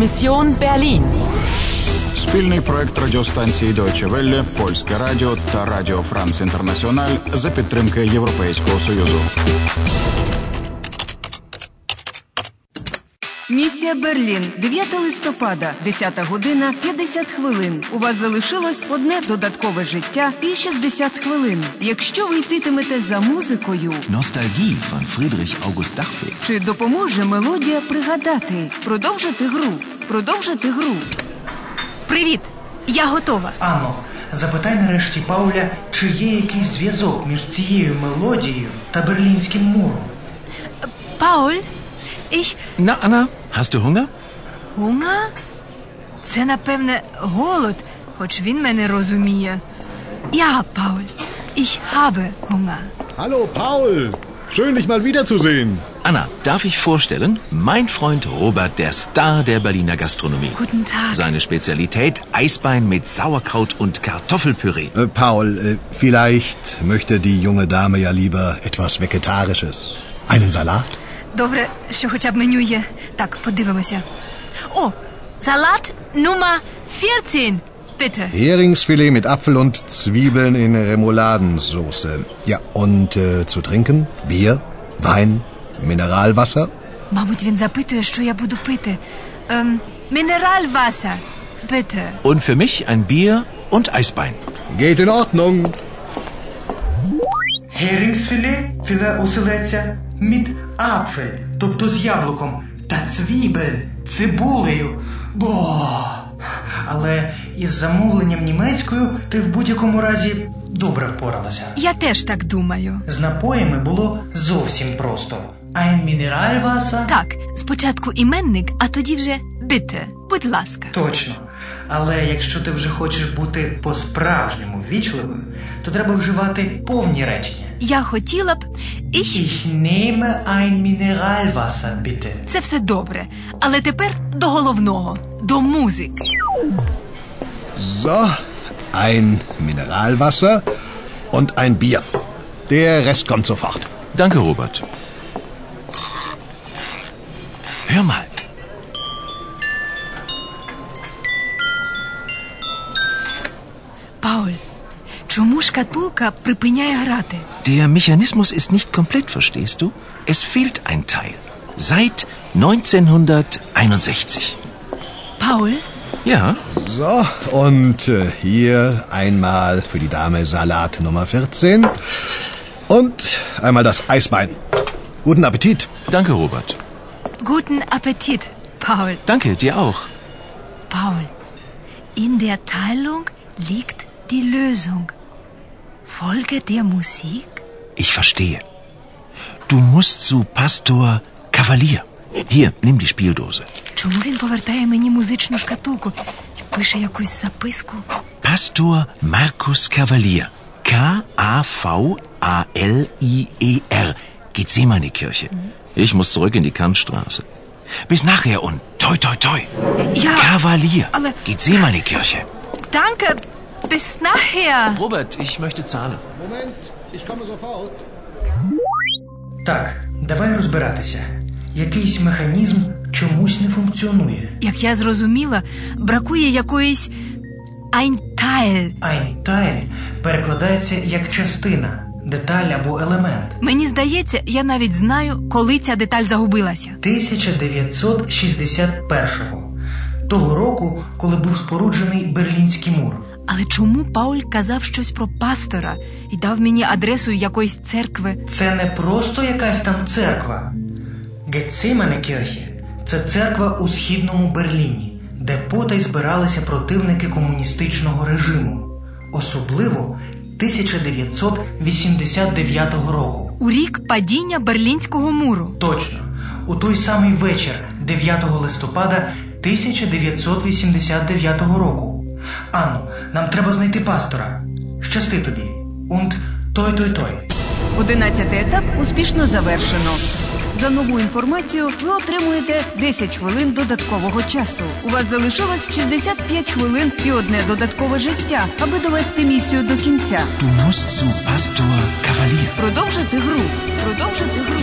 Mission Berlin. Спільний проект радіостанції Deutsche Welle, Польське Радіо та Радіо Франц Інтернаціональ за підтримки Європейського Союзу. Місія Берлін, 9 листопада, 10 година, 50 хвилин. У вас залишилось одне додаткове життя і 60 хвилин. Якщо ви йтитимете за музикою, Nostalgie von Friedrich August Dachweg. чи допоможе мелодія пригадати? Продовжити гру. Продовжити гру. Привіт! Я готова. Амо, запитай нарешті Пауля, чи є якийсь зв'язок між цією мелодією та берлінським муром. Пауль, ich Na, Anna, hast du Hunger? Hunger? Це, напевне, голод, хоч він мене розуміє. Я, Пауль, ich habe Hunger. Hallo Paul, schön dich mal wiederzusehen. Anna, darf ich vorstellen? Mein Freund Robert, der Star der Berliner Gastronomie. Guten Tag. Seine Spezialität Eisbein mit Sauerkraut und Kartoffelpüree. Äh, Paul, äh, vielleicht möchte die junge Dame ja lieber etwas Vegetarisches. Einen Salat? Добре, що хоча б меню є. Так, подивимося. О, салат нума 14. Bitte. Heringsfilet mit Apfel und Zwiebeln in Remouladensauce. Ja, und äh, zu trinken? Bier, Wein, Mineralwasser? Мабуть, він запитує, що я буду пити. Ем, мінераль васа. Bitte. Und für mich ein Bier und Eisbein. Geht in Ordnung. Герінгсфіле, філе оселеця, мід апфель, тобто з яблуком, та цвібель, цибулею. Бо. Але із замовленням німецькою ти в будь-якому разі добре впоралася. Я теж так думаю. З напоями було зовсім просто. Ein Mineralwasser? Так, спочатку іменник, а тоді вже bitte. Будь ласка. Точно. Але якщо ти вже хочеш бути по-справжньому ввічливою, то треба вживати повні речення. Я хотіла б ich Ich nehme ein Mineralwasser, bitte. Це все добре. Але тепер до головного до музики. So, ein Mineralwasser und ein Bier. Der Rest kommt sofort. Danke, Robert. Hör mal. Пауль, чому шкатулка припиняє грати? Der Mechanismus ist nicht komplett, verstehst du? Es fehlt ein Teil. Seit 1961. Пауль, Ja, So, und äh, hier einmal für die Dame Salat Nummer 14 und einmal das Eisbein. Guten Appetit. danke, Robert. guten Appetit, Пауль, Danke, dir auch. Пауль. In der Teilung liegt die Lösung. Folge der Musik? Ich verstehe. Du musst zu Pastor Kavalier. Hier, nimm die Spieldose. Чому він повертає мені музичну шкатулку і пише якусь записку? Pastor Markus Kavalier. K-A-V-A-L-I-E-R. E Gethsemane-Kirche. Ich muss zurück in die Kantstraße. Bis nachher und toi toi toi. Ja, Kavalier. aber- Gethsemane-Kirche. Danke, bis nachher. Robert, ich möchte zahlen. Moment, ich komme sofort. Так, давай розбиратися. Якийсь механізм чомусь не функціонує. Як я зрозуміла, бракує якоїсь ein Teil. Ein Teil перекладається як частина, деталь або елемент. Мені здається, я навіть знаю, коли ця деталь загубилася. 1961-го. Того року, коли був споруджений Берлінський мур. Але чому Пауль казав щось про пастора і дав мені адресу якоїсь церкви? Це не просто якась там церква. Гециманекірхі це церква у східному Берліні, де потай збиралися противники комуністичного режиму, особливо 1989 року. У рік падіння Берлінського муру. Точно, у той самий вечір, 9 листопада 1989 року. Анно, нам треба знайти пастора. Щасти тобі. Und той той той. Одинадцятий етап успішно завершено. За нову інформацію ви отримуєте 10 хвилин додаткового часу. У вас залишилось 65 хвилин і одне додаткове життя, аби довести місію до кінця. Du musst zu Pastor Kavalier. Продовжити гру. Продовжити гру.